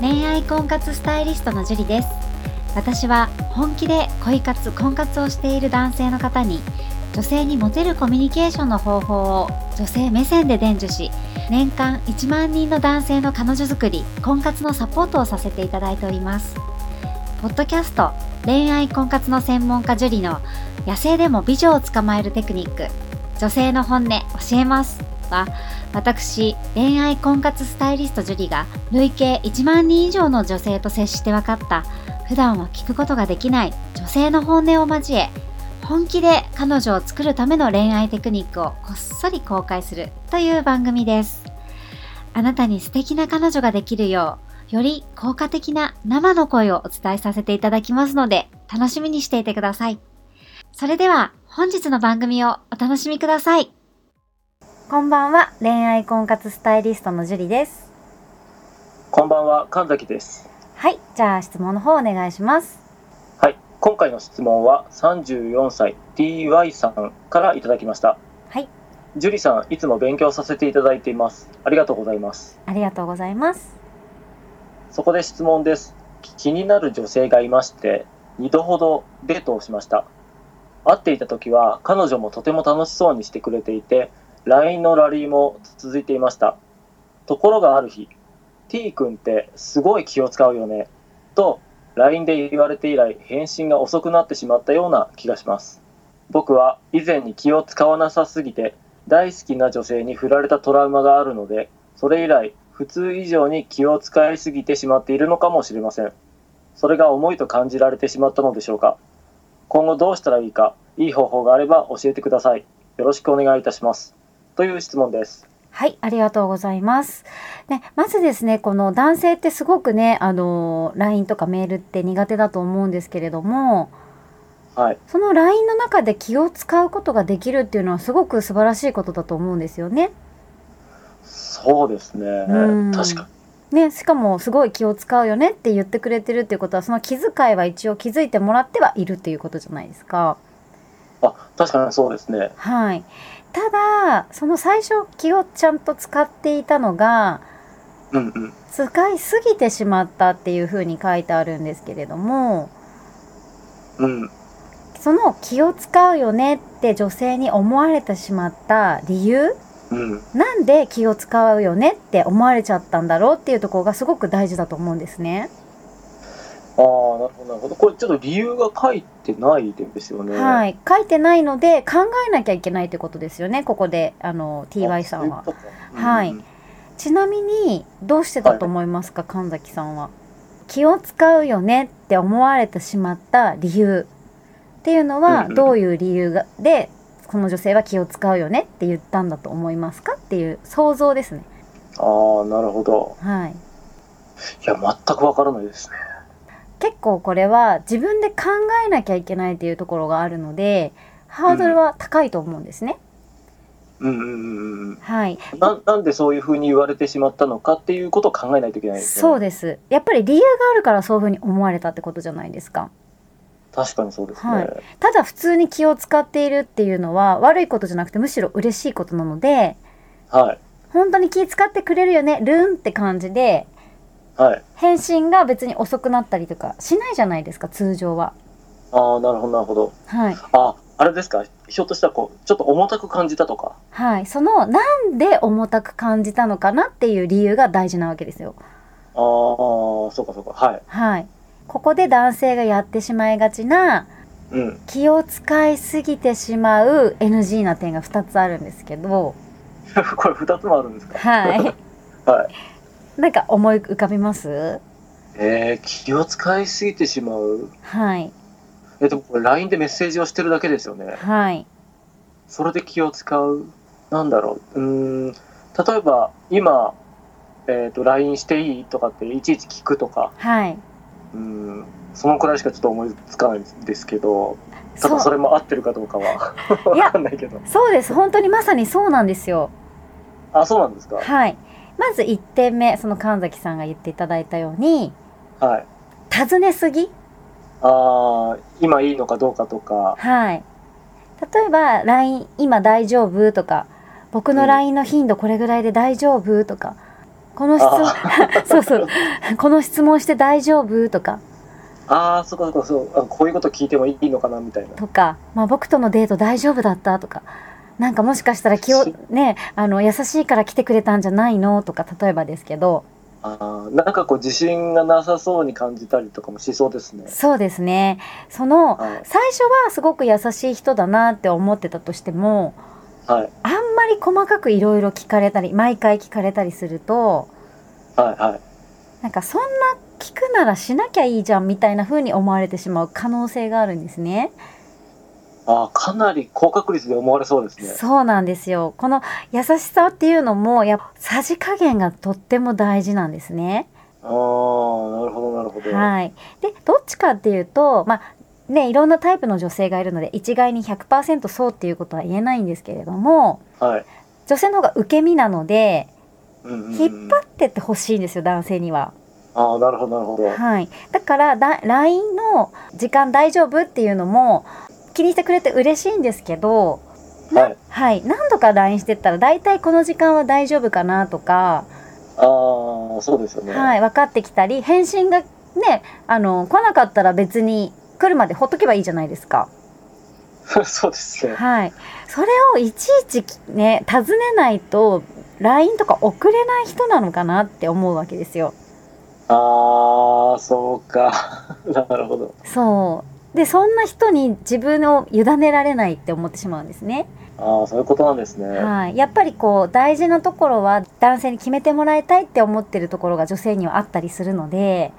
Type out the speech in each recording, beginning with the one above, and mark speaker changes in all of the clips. Speaker 1: 恋愛婚活スタイリストのジュリです私は本気で恋活婚活をしている男性の方に女性にモテるコミュニケーションの方法を女性目線で伝授し年間1万人の男性の彼女作り婚活のサポートをさせていただいておりますポッドキャスト恋愛婚活の専門家ジュリの野生でも美女を捕まえるテクニック女性の本音教えますは私恋愛婚活スタイリストジュリが累計1万人以上の女性と接して分かった普段は聞くことができない女性の本音を交え本気で彼女を作るための恋愛テクニックをこっそり公開するという番組ですあなたに素敵な彼女ができるようより効果的な生の声をお伝えさせていただきますので楽しみにしていてくださいそれでは本日の番組をお楽しみくださいこんばんは恋愛婚活スタイリストのジュリです
Speaker 2: こんばんは、神崎です。
Speaker 1: はいじゃあ質問の方お願いします
Speaker 2: はい、今回の質問は34歳 DY さんからいただきました。
Speaker 1: はい。
Speaker 2: ジュリさん、いつも勉強させていただいています。ありがとうございます。
Speaker 1: ありがとうございます
Speaker 2: そこで質問です。き気になる女性がいまして、2度ほどデートをしました。会っていた時は彼女もとても楽しそうにしてくれていて、LINE のラリーも続いていました。ところがある日、T 君ってすごい気を使うよね、と LINE で言われて以来返信が遅くなってしまったような気がします。僕は以前に気を使わなさすぎて大好きな女性に振られたトラウマがあるので、それ以来普通以上に気を使いすぎてしまっているのかもしれませんそれが重いと感じられてしまったのでしょうか今後どうしたらいいかいい方法があれば教えてくださいよろしくお願いいたしますという質問です
Speaker 1: はい、ありがとうございます。ね、まずですね、この男性ってすごくね、あの、LINE とかメールって苦手だと思うんですけれども、
Speaker 2: はい
Speaker 1: その LINE の中で気を使うことができるっていうのはすごく素晴らしいことだと思うんですよね。
Speaker 2: そうですね
Speaker 1: うん
Speaker 2: 確か
Speaker 1: ね、しかもすごい気を使うよねって言ってくれてるっていうことは、その気遣いは一応気づいてもらってはいるっていうことじゃないですか。
Speaker 2: にあ確かにそうですね
Speaker 1: はい。ただ、その最初気をちゃんと使っていたのが、
Speaker 2: うんうん
Speaker 1: 使いすぎてしまったっていうふうに書いてあるんですけれども、
Speaker 2: うん
Speaker 1: その気を使うよねって女性に思われてしまった理由
Speaker 2: うん
Speaker 1: なんで気を使うよねって思われちゃったんだろうっていうところがすごく大事だと思うんですね。
Speaker 2: ああーなるほどなるほどこれちょっと理由が書いてないですよね
Speaker 1: はいい。書いてないので考えなきゃいけないってことですよね、ここで、あの、TY さんは。はいちなみに、どうしてだと思いますか、神崎さんは。気を使うよねって思われてしまった理由っていうの
Speaker 2: う
Speaker 1: は、
Speaker 2: んうん
Speaker 1: どういう理由がで、この女性は気を使うよねって言ったんだと思いますかっていう想像ですね。
Speaker 2: ああーなるほど
Speaker 1: はい。
Speaker 2: いや全くわからないですね
Speaker 1: 結構これは自分で考えなきゃいけないっていうところがあるので、ハードルは高いと思うんですね。
Speaker 2: うんうんうんうんうん
Speaker 1: はい。
Speaker 2: ななんでそういうふうに言われてしまったのかっていうことを考えないといけないです
Speaker 1: そ
Speaker 2: よ
Speaker 1: う
Speaker 2: ね。
Speaker 1: です。やっぱり理由があるからそういうふうに思われたってことじゃないですか。
Speaker 2: 確かにそうですね。
Speaker 1: はただ普通に気を使っているっていうのは悪いことじゃなくてむしろ嬉しいことなので、
Speaker 2: はい。
Speaker 1: 本当に気使ってくれるよね、ルンって感じで、
Speaker 2: はい。
Speaker 1: 返信が別に遅くなったりとかしないじゃないですか、通常は。
Speaker 2: ああ、なるほど、なるほど。
Speaker 1: はい。
Speaker 2: あ、あれですか。ひょっとしたら、こう、ちょっと重たく感じたとか。
Speaker 1: はい。その、なんで重たく感じたのかなっていう理由が大事なわけですよ。
Speaker 2: ああ、そうか、そうか。はい。
Speaker 1: はい。ここで男性がやってしまいがちな
Speaker 2: うん。
Speaker 1: 気を使いすぎてしまう NG な点が2つあるんですけど、
Speaker 2: これ二つもあるんですか。
Speaker 1: は。
Speaker 2: はい
Speaker 1: なんか思い浮かびます
Speaker 2: えー、気を使いすぎてしまう。
Speaker 1: はい。
Speaker 2: え、でもこれ LINE でメッセージをしてるだけですよね。
Speaker 1: はい。
Speaker 2: それで気を使う。なんだろう。うーん。例えば、今、えっ、と、LINE していいとかって、いちいち聞くとか。
Speaker 1: はい。
Speaker 2: うんそのくらいしかちょっと思いつかないんですけど、た
Speaker 1: そ。
Speaker 2: だそうれも合ってるかどうかは
Speaker 1: いや
Speaker 2: わかんないけど。
Speaker 1: そうです。本当にまさにそうなんですよ。
Speaker 2: あ、そうなんですか。
Speaker 1: はい。まず1点目、その神崎さんが言っていただいたように、
Speaker 2: はい。
Speaker 1: 尋ねすぎ
Speaker 2: ああ、今いいのかどうかとか。
Speaker 1: はい。例えば、LINE、今大丈夫とか、僕の
Speaker 2: うん
Speaker 1: LINE の頻度これぐらいで大丈夫とか、この質
Speaker 2: あ
Speaker 1: 問 そうそうこの質問して大丈夫とか
Speaker 2: ああ、そこそこそう、あこういうこと聞いてもいいのかなみたいな。
Speaker 1: とか、まあ、僕とのデート大丈夫だったとかなんかもしかしたら気を
Speaker 2: し
Speaker 1: ねあの優しいから来てくれたんじゃないのとか例えばですけど
Speaker 2: あーなんかこう自信がなさそうに感じたりとかもしそうですね。
Speaker 1: そうですねその
Speaker 2: はい。
Speaker 1: 最初はすごく優しい人だなって思ってたとしても
Speaker 2: はい。
Speaker 1: あんまり細かくいろいろ聞かれたり毎回聞かれたりすると
Speaker 2: はい。はい。
Speaker 1: なんかそんな聞くならしなきゃいいじゃんみたいな風に思われてしまう可能性があるんですね。
Speaker 2: ああ、かなり高確率で思われそうですね。
Speaker 1: そうなんですよ。この優しさっていうのもやっぱさじ加減がとっても大事なんですね。
Speaker 2: ああ、なるほど、なるほど。
Speaker 1: はい。でどっちかっていうとまあねいろんなタイプの女性がいるので一概に100%そうっていうことは言えないんですけれども
Speaker 2: はい。
Speaker 1: 女性の方が受け身なので
Speaker 2: うんうんうん
Speaker 1: 引っ張ってってほしいんですよ男性には。
Speaker 2: ああ、なるほど、なるほど。
Speaker 1: はい、だからだ LINE の「時間大丈夫?」っていうのも気にしてくれて嬉しいんですけど、
Speaker 2: はい。
Speaker 1: はい、何度か LINE してったら大体この時間は大丈夫かなとか、
Speaker 2: ああ、そうですよね。
Speaker 1: はい、分かってきたり返信がねあの来なかったら別に来るまでほっとけばいいじゃないですか。
Speaker 2: そうですね。
Speaker 1: はい、それをいちいちね尋ねないと LINE とか送れない人なのかなって思うわけですよ。
Speaker 2: ああ、そうか。 なるほど。
Speaker 1: そうでそんな人に自分を委ねられないって思ってしまうんですね。
Speaker 2: ああ、そういうことなんですね。
Speaker 1: はい、やっぱりこう大事なところは男性に決めてもらいたいって思ってるところが女性にはあったりするので、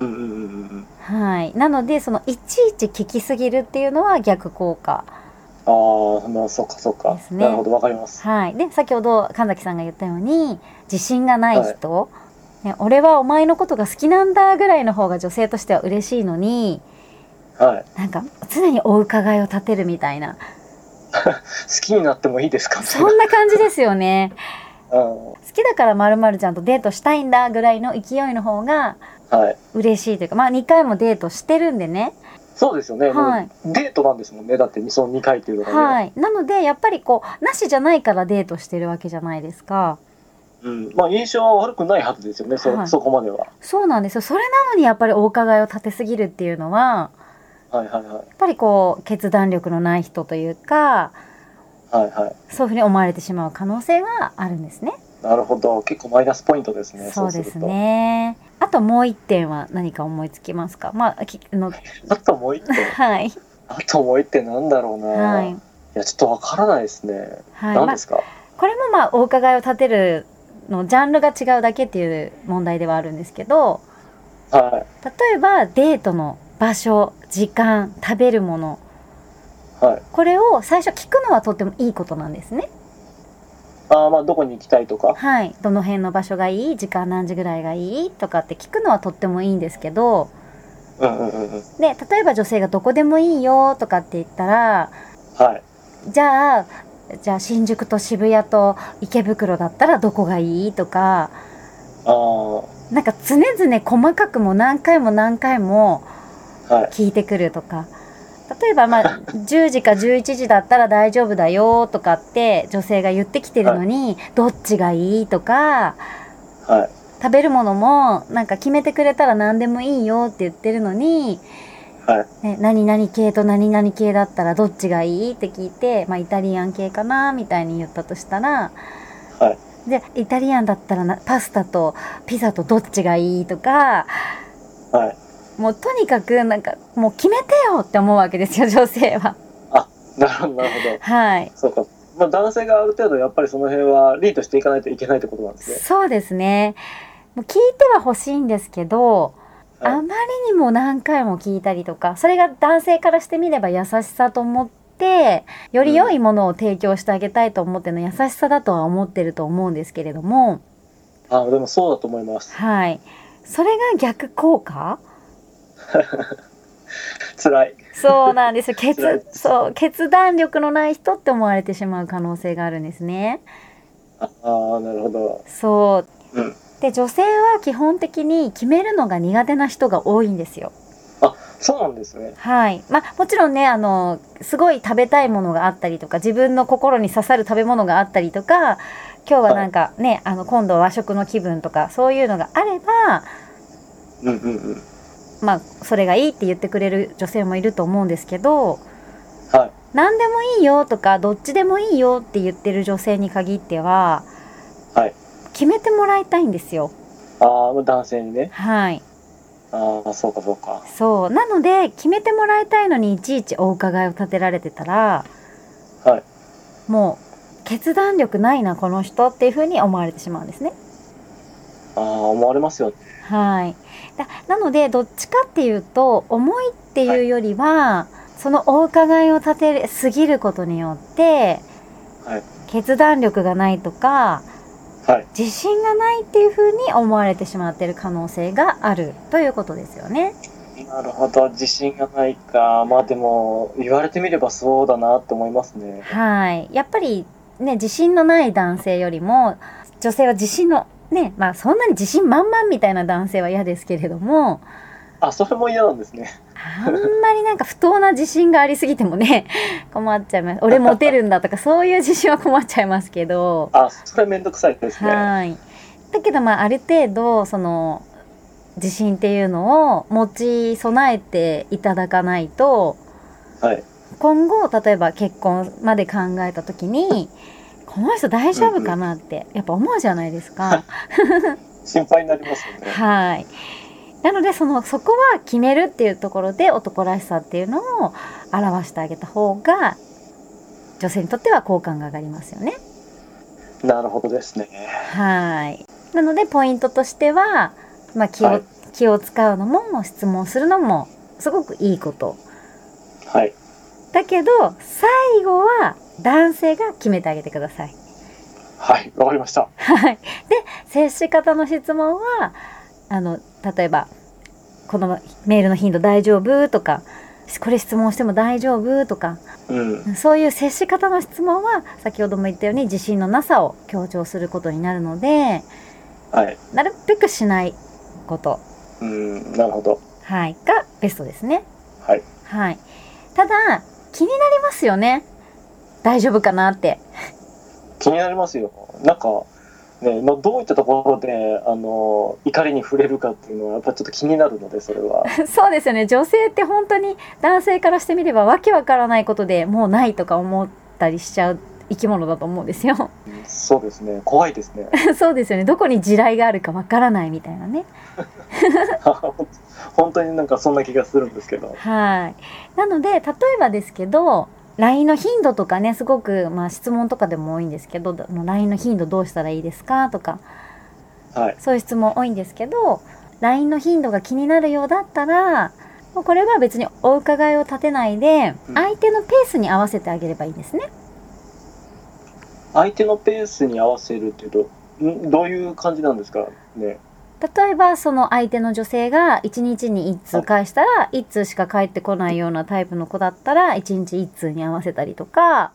Speaker 2: うんうんうんうんうん。
Speaker 1: はい、なのでそのいちいち聞きすぎるっていうのは逆効果、
Speaker 2: ああ、まあ、そうか、そうか
Speaker 1: で。すね
Speaker 2: なるほど、わかります。
Speaker 1: はい、で先ほど神崎さんが言ったように自信がない人、ね、俺はお前のことが好きなんだぐらいの方が女性としては嬉しいのに
Speaker 2: はい。
Speaker 1: なんか常にお伺いを立てるみたいな
Speaker 2: 好きになってもいいですか
Speaker 1: そんな感じですよね。
Speaker 2: うん。
Speaker 1: 好きだから〇〇ちゃんとデートしたいんだぐらいの勢いの方が
Speaker 2: はい。
Speaker 1: 嬉しいというかまあ2回もデートしてるんでね
Speaker 2: そうですよね。
Speaker 1: はい
Speaker 2: もうデートなんですもんね。だって、その2回っていうのがね。
Speaker 1: はいなのでやっぱりこうなしじゃないからデートしてるわけじゃないですか
Speaker 2: うん。まあ、印象は悪くないはずですよね。そ、
Speaker 1: はい
Speaker 2: そこまでは。
Speaker 1: そうなんですよそれなのにやっぱりお伺いを立てすぎるっていうのは
Speaker 2: はいはいはい。
Speaker 1: やっぱりこう決断力のない人というか
Speaker 2: はいはい。
Speaker 1: そういうふうに思われてしまう可能性はあるんですね
Speaker 2: なるほど。結構マイナスポイントですね。
Speaker 1: そうです
Speaker 2: ると。
Speaker 1: ねあともう一点は何か思いつきますかまあきあの
Speaker 2: あともう一点。
Speaker 1: はい
Speaker 2: あともう一点なんだろうな。
Speaker 1: はいい、
Speaker 2: や、ちょっとわからないですね。
Speaker 1: はい
Speaker 2: 何
Speaker 1: まあ
Speaker 2: ですか、
Speaker 1: これもまあお伺いを立てるのジャンルが違うだけっていう問題ではあるんですけど
Speaker 2: はい。
Speaker 1: 例えばデートの場所時間食べるもの
Speaker 2: はい。
Speaker 1: これを最初聞くのはとってもいいことなんですね。
Speaker 2: ああ、まあ、どこに行きたいとか。
Speaker 1: はい、どの辺の場所がいい時間何時ぐらいがいいとかって聞くのはとってもいいんですけど
Speaker 2: うんうんうんうん。
Speaker 1: で例えば女性が「どこでもいいよ」とかって言ったら
Speaker 2: はい。
Speaker 1: じゃあじゃあ新宿と渋谷と池袋だったらどこがいいとか
Speaker 2: ああ、は
Speaker 1: なんか常々細かくも何回も何回も
Speaker 2: い。
Speaker 1: 聞いてくるとか例えばまあ10時か11時だったら大丈夫だよとかって女性が言ってきてるのに、どっちがいいとか
Speaker 2: はい。
Speaker 1: 食べるものもなんか決めてくれたら何でもいいよって言ってるのに、
Speaker 2: はい。
Speaker 1: ね、何々系と何々系だったらどっちがいいって聞いて、まあ、イタリアン系かなみたいに言ったとしたら。
Speaker 2: はい。
Speaker 1: でイタリアンだったらなパスタとピザとどっちがいいとか
Speaker 2: はい。
Speaker 1: もうとにかくなんかもう決めてよって思うわけですよ女性は。
Speaker 2: なるほど、なるほど。
Speaker 1: はい。
Speaker 2: そうか。まあ、男性がある程度、やっぱりその辺はリードしていかないといけないってことなんですね。
Speaker 1: そうですね。もう聞いては欲しいんですけど、
Speaker 2: はい
Speaker 1: あまりにも何回も聞いたりとか、それが男性からしてみれば優しさと思って、より良いものを提供してあげたいと思っての優しさだとは思ってると思うんですけれども、
Speaker 2: ああ、でもそうだと思います。
Speaker 1: はい。それが逆効果
Speaker 2: 辛い。
Speaker 1: そうなん ですよ。決
Speaker 2: 辛いで、す
Speaker 1: そう、決断力のない人って思われてしまう可能性があるんですね。
Speaker 2: ああ、なるほど。
Speaker 1: そう。
Speaker 2: うん。
Speaker 1: で、女性は基本的に決めるのが苦手な人が多いんですよ。
Speaker 2: そうなんですね。
Speaker 1: はい、まあ、もちろんねあのすごい食べたいものがあったりとか自分の心に刺さる食べ物があったりとか今日はなんかね、あの今度和食の気分とかそういうのがあれば、
Speaker 2: うんうんうん。
Speaker 1: まあ、それがいいって言ってくれる女性もいると思うんですけど
Speaker 2: はい。
Speaker 1: 何でもいいよとかどっちでもいいよって言ってる女性に限っては、
Speaker 2: はい
Speaker 1: 決めてもらいたいんですよ。
Speaker 2: ああ、男性にね。
Speaker 1: はい
Speaker 2: ああ、そうかそうか。
Speaker 1: そうなので決めてもらいたいのにいちいちお伺いを立てられてたら
Speaker 2: はい。
Speaker 1: もう決断力ないなこの人っていうふうに思われてしまうんですね。
Speaker 2: ああ、思われますよね。
Speaker 1: はい、だなのでどっちかっていうと思いっていうよりは、そのお伺いを立てすぎることによって
Speaker 2: はい。
Speaker 1: 決断力がないとか
Speaker 2: はい。
Speaker 1: 自信がないっていうふうに思われてしまってる可能性があるということですよね。
Speaker 2: なるほど。自信がないか。まあでも、言われてみればそうだなって思いますね。
Speaker 1: はい、やっぱりね自信のない男性よりも女性は自信のねまあそんなに自信満々みたいな男性は嫌ですけれども
Speaker 2: あ、それも嫌なんですね。
Speaker 1: あんまりなんか不当な自信がありすぎてもね 困っちゃいます俺モテるんだとかそういう自信は困っちゃいますけど
Speaker 2: あ、それめんどくさいですね。は
Speaker 1: はいだけどまあある程度その自信っていうのを持ち備えていただかないと
Speaker 2: い。
Speaker 1: 今後例えば結婚まで考えた時にこの人大丈夫かなってやっぱ思うじゃないですか。
Speaker 2: 心配になりますよね。
Speaker 1: はいなのでそのそこは決めるっていうところで男らしさっていうのを表してあげた方が女性にとっては好感が上がりますよね。
Speaker 2: なるほどですね。
Speaker 1: はいなのでポイントとしては、まあ、気を
Speaker 2: はい
Speaker 1: 気を使うのも質問するのもすごくいいこと
Speaker 2: はい。
Speaker 1: だけど最後は男性が決めてあげてください。
Speaker 2: はい。わかりました。
Speaker 1: はい、で接し方の質問はあの例えば「このメールの頻度大丈夫?」とか「これ質問しても大丈夫?」とか
Speaker 2: うん。
Speaker 1: そういう接し方の質問は先ほども言ったように自信のなさを強調することになるので
Speaker 2: はい。
Speaker 1: なるべくしないこと、
Speaker 2: うん。なるほど。
Speaker 1: はい、がベストですね。
Speaker 2: はい。
Speaker 1: はい、ただ気になりますよね大丈夫かなって。
Speaker 2: 気になりますよ。なんか、ね、まあ、どういったところで、あの、怒りに触れるかっていうのは、やっぱちょっと気になるので、それ は。
Speaker 1: そうですよね女性って本当に男性からしてみればわけわからないことでもうないとか思ったりしちゃう生き物だと思うんですよ
Speaker 2: そうですね。怖いですね。
Speaker 1: そうですよねどこに地雷があるかわからないみたいなね
Speaker 2: 本当になんかそんな気がするんですけど。
Speaker 1: はいなので例えばですけど LINE の頻度とかねすごく、まあ、質問とかでも多いんですけどもう LINE の頻度どうしたらいいですかとか
Speaker 2: はい。
Speaker 1: そういう質問多いんですけど LINE の頻度が気になるようだったらもうこれは別にお伺いを立てないで
Speaker 2: うん
Speaker 1: 相手のペースに合わせてあげればいいんですね。
Speaker 2: 相手のペースに合わせるっていうと、んどういう感じなんですかね。
Speaker 1: 例えばその相手の女性が1日に1通返したら1通しか返ってこないようなタイプの子だったら1日1通に合わせたりとか、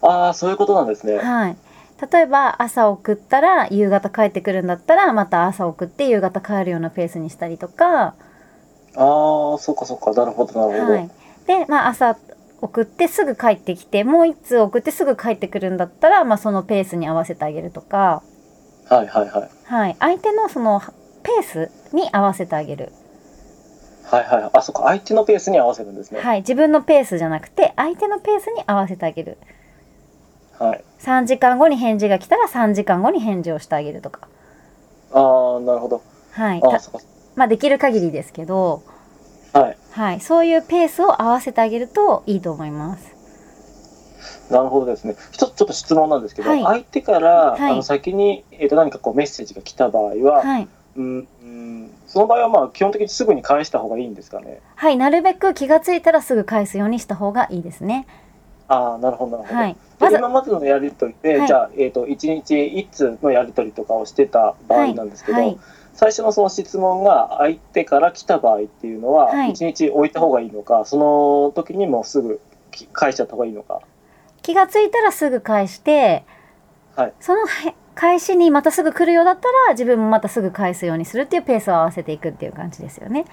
Speaker 2: ああ、そういうことなんですね。
Speaker 1: はい、例えば朝送ったら夕方帰ってくるんだったらまた朝送って夕方帰るようなペースにしたりとか、
Speaker 2: ああ、そっかそっか。なるほど、なるほど。
Speaker 1: はい、で、まあ、朝送ってすぐ帰ってきてもう1通送ってすぐ帰ってくるんだったら、まあ、そのペースに合わせてあげるとか、
Speaker 2: はい、はい、はい。
Speaker 1: はい、相手のそのペースに合わせてあげる。
Speaker 2: はいはい。あ、そっか。相手のペースに合わせるんですね。
Speaker 1: はい、自分のペースじゃなくて相手のペースに合わせてあげる
Speaker 2: はい。
Speaker 1: 3時間後に返事が来たら3時間後に返事をしてあげるとか、
Speaker 2: ああ、なるほど。
Speaker 1: はい
Speaker 2: ああ、
Speaker 1: た
Speaker 2: そっ
Speaker 1: まあ、できる限りですけど、
Speaker 2: か。はい。
Speaker 1: はい、そういうペースを合わせてあげるといいと思います。
Speaker 2: なるほどですね。一つちょっと質問なんですけど、
Speaker 1: はい
Speaker 2: 相手から、
Speaker 1: はい
Speaker 2: あの先に、えー、と何かこうメッセージが来た場合は、
Speaker 1: はい
Speaker 2: うんうん、その場合はまあ基本的にすぐに返した方がいいんですかね。
Speaker 1: はい、なるべく気がついたらすぐ返すようにした方がいいですね。
Speaker 2: ああ、なるほど、なるほど。
Speaker 1: はい、
Speaker 2: で
Speaker 1: わざ
Speaker 2: 今までのやり取りで、
Speaker 1: はい
Speaker 2: じゃあ、えー、と1日1通のやり取りとかをしてた場合なんですけど、
Speaker 1: はい、
Speaker 2: 最初のその質問が相手から来た場合っていうのは、
Speaker 1: はい
Speaker 2: 1日置いた方がいいのか、その時にもうすぐき返しちゃった方がいいのか。
Speaker 1: 気がついたらすぐ返して、
Speaker 2: はい
Speaker 1: そのへ返しにまたすぐ来るようだったら自分もまたすぐ返すようにするっていうペースを合わせていくっていう感じですよね。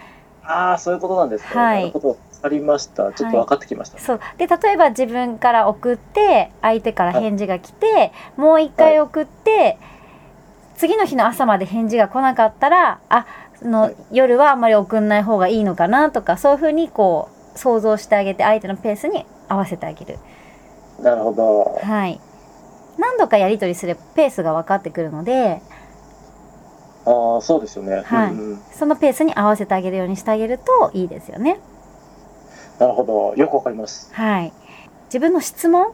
Speaker 2: ああ、そういうことなんですね。
Speaker 1: はい
Speaker 2: なるほど。ありました。ちょっと分かってきました。
Speaker 1: そうで例えば自分から送って相手から返事が来て、もう一回送って、次の日の朝まで返事が来なかったらあその、
Speaker 2: はい
Speaker 1: 夜はあんまり送んない方がいいのかなとかそういうふうにこう想像してあげて相手のペースに合わせてあげる。
Speaker 2: なるほど。
Speaker 1: はい何度かやり取りすればペースが分かってくるので
Speaker 2: ああ、そうですよね。
Speaker 1: はい
Speaker 2: うんうん
Speaker 1: そのペースに合わせてあげるようにしてあげるといいですよね。
Speaker 2: なるほど。よくわかります。
Speaker 1: はい、自分の質問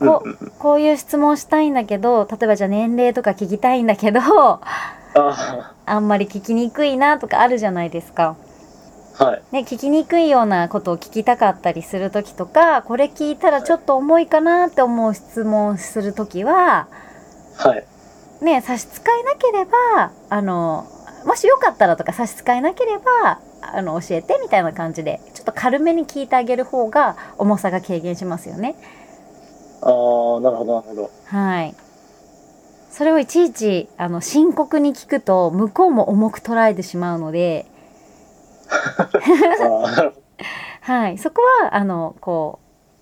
Speaker 2: うん
Speaker 1: お
Speaker 2: うんうん
Speaker 1: こういう質問したいんだけど例えばじゃあ年齢とか聞きたいんだけど
Speaker 2: あ
Speaker 1: あんまり聞きにくいなとかあるじゃないですか。
Speaker 2: あ、はい。
Speaker 1: ね、聞きにくいようなことを聞きたかったりする時とかこれ聞いたらちょっと重いかなって思う質問をする時は、
Speaker 2: はい。
Speaker 1: ね、差し支えなければあのもしよかったらとか差し支えなければあの教えてみたいな感じでちょっと軽めに聞いてあげる方が重さが軽減しますよね。
Speaker 2: ああ、なるほど、なるほど。
Speaker 1: はい。それをいちいちあの深刻に聞くと向こうも重く捉えてしまうので、
Speaker 2: ああ、なるほど。
Speaker 1: はい、そこはあのこ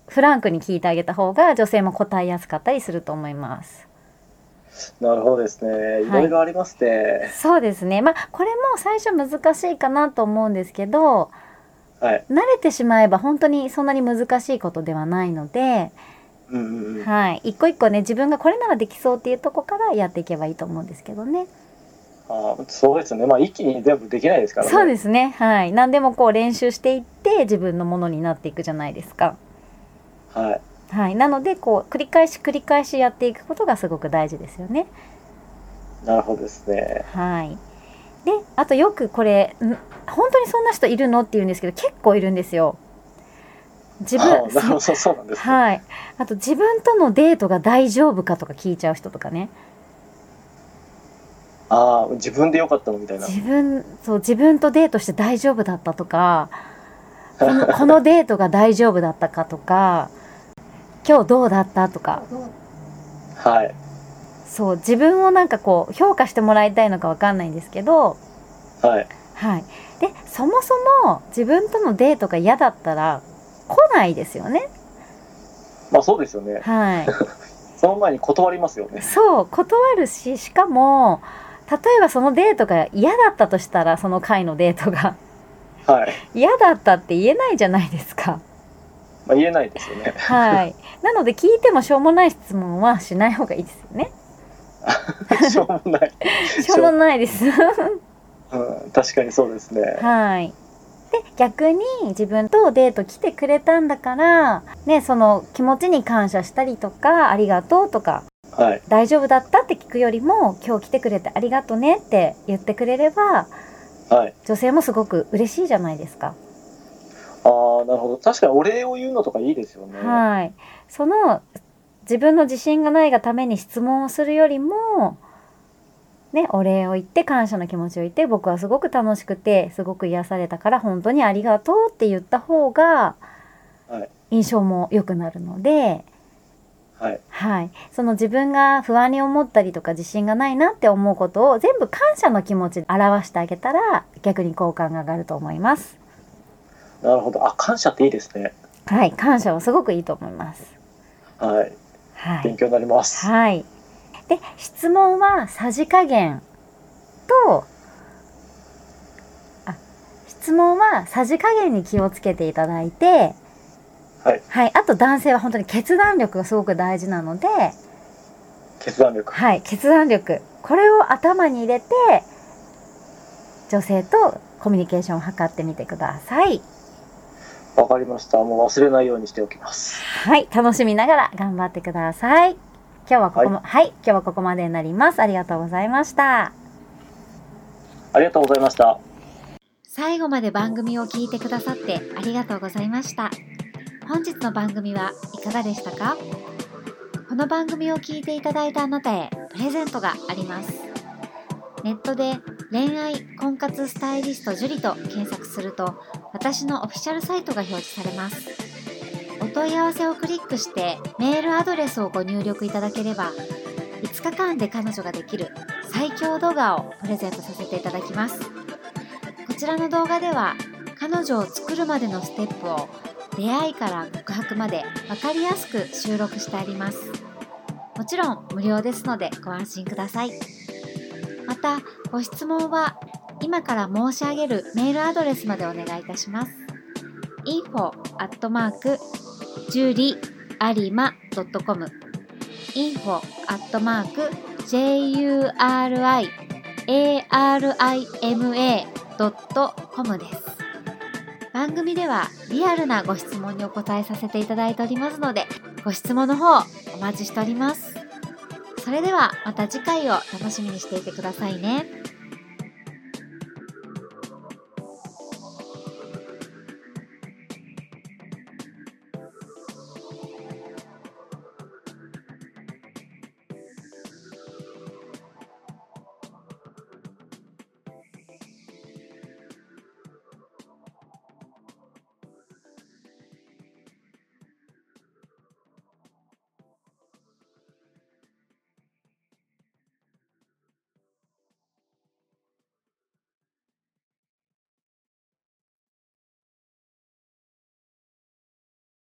Speaker 1: うフランクに聞いてあげた方が女性も答えやすかったりすると思います。
Speaker 2: なるほどですね。いろいろありますね。
Speaker 1: そうですね。まあこれも最初難しいかなと思うんですけど、
Speaker 2: はい。
Speaker 1: 慣れてしまえば本当にそんなに難しいことではないので、
Speaker 2: うんうんうん。
Speaker 1: はい、一個一個ね自分がこれならできそうっていうとこからやっていけばいいと思うんですけどね。
Speaker 2: ああ、そうですね。まあ、一気に全部できないですからね。
Speaker 1: そうですね。はい。何でもこう練習していって自分のものになっていくじゃないですか。
Speaker 2: はい。
Speaker 1: はい。なので、こう繰り返し繰り返しやっていくことがすごく大事ですよね。
Speaker 2: なるほどですね。
Speaker 1: はい。で、あとよくこれ、ん本当にそんな人いるのって言うんですけど、結構いるんですよ。自
Speaker 2: ああ
Speaker 1: 分、
Speaker 2: なるほど、そうなんですね。
Speaker 1: はい。あと自分とのデートが大丈夫かとか聞いちゃう人とかね。
Speaker 2: ああ、自分でよかったのみたいな。
Speaker 1: 自分、そう、自分とデートして大丈夫だったと か、このこのデートが大丈夫だったかとか今日どうだったとか
Speaker 2: はい。
Speaker 1: そう自分をなんかこう評価してもらいたいのかわかんないんですけど、
Speaker 2: はい。
Speaker 1: はい、でそもそも自分とのデートが嫌だったら来ないですよね。
Speaker 2: まあ、そうですよね。
Speaker 1: はい、
Speaker 2: その前に断りますよね。
Speaker 1: そう断るししかも例えばそのデートが嫌だったとしたらその回のデートが
Speaker 2: はい。
Speaker 1: 嫌だったって言えないじゃないですか。
Speaker 2: まあ、言えないですよ ね。
Speaker 1: はい、なので聞いてもしょうもない質問はしない方がいいですよね。
Speaker 2: しょうもない。
Speaker 1: しょうもないです。
Speaker 2: うん、確かにそうですね。
Speaker 1: はい。で逆に自分とデート来てくれたんだから、ね、その気持ちに感謝したりとか「ありがとう」とか
Speaker 2: はい。
Speaker 1: 「大丈夫だった?」って聞くよりも「今日来てくれてありがとね」って言ってくれれば
Speaker 2: はい。
Speaker 1: 女性もすごく嬉しいじゃないですか。
Speaker 2: ああ、なるほど。確かにお礼を言うのとかいいですよね。
Speaker 1: はい、その自分の自信がないがために質問をするよりも、ね、お礼を言って感謝の気持ちを言って僕はすごく楽しくてすごく癒されたから本当にありがとうって言った方が
Speaker 2: はい
Speaker 1: 印象も良くなるので、
Speaker 2: はい。
Speaker 1: はい、その自分が不安に思ったりとか自信がないなって思うことを全部感謝の気持ちで表してあげたら逆に好感が上がると思います。
Speaker 2: なるほど。あ、感謝っていいですね。
Speaker 1: はい、感謝はすごくいいと思います。
Speaker 2: はい。
Speaker 1: はい
Speaker 2: 勉強になります。
Speaker 1: はい。で、質問はさじ加減と、あ、質問はさじ加減に気をつけていただいて、
Speaker 2: はい。
Speaker 1: あと男性は本当に決断力がすごく大事なので、
Speaker 2: 決断力。
Speaker 1: はい、決断力。これを頭に入れて、女性とコミュニケーションを図ってみてください。
Speaker 2: わかりました。もう忘れないようにしておきます。
Speaker 1: はい、楽しみながら頑張ってください。今日はここも、はい、今日はここまでになります。ありがとうございました。
Speaker 2: ありがとうございました。
Speaker 3: 最後まで番組を聞いてくださってありがとうございました本日の番組はいかがでしたかこの番組を聞いていただいたあなたへプレゼントがありますネットで恋愛婚活スタイリスト樹里と検索すると私のオフィシャルサイトが表示されますお問い合わせをクリックしてメールアドレスをご入力いただければ5日間で彼女ができる最強動画をプレゼントさせていただきますこち
Speaker 1: ちらの動画では彼女を作るまでのステップを出会いから告白まで分かりやすく収録してありますもちろん無料ですのでご安心くださいまたご質問は今から申し上げるメールアドレスまでお願いいたします info アットマーク juriarima.com info アットマーク juriarima.com です番組ではリアルなご質問にお答えさせていただいておりますのでご質問の方お待ちしておりますそれではまた次回を楽しみにしていてくださいね。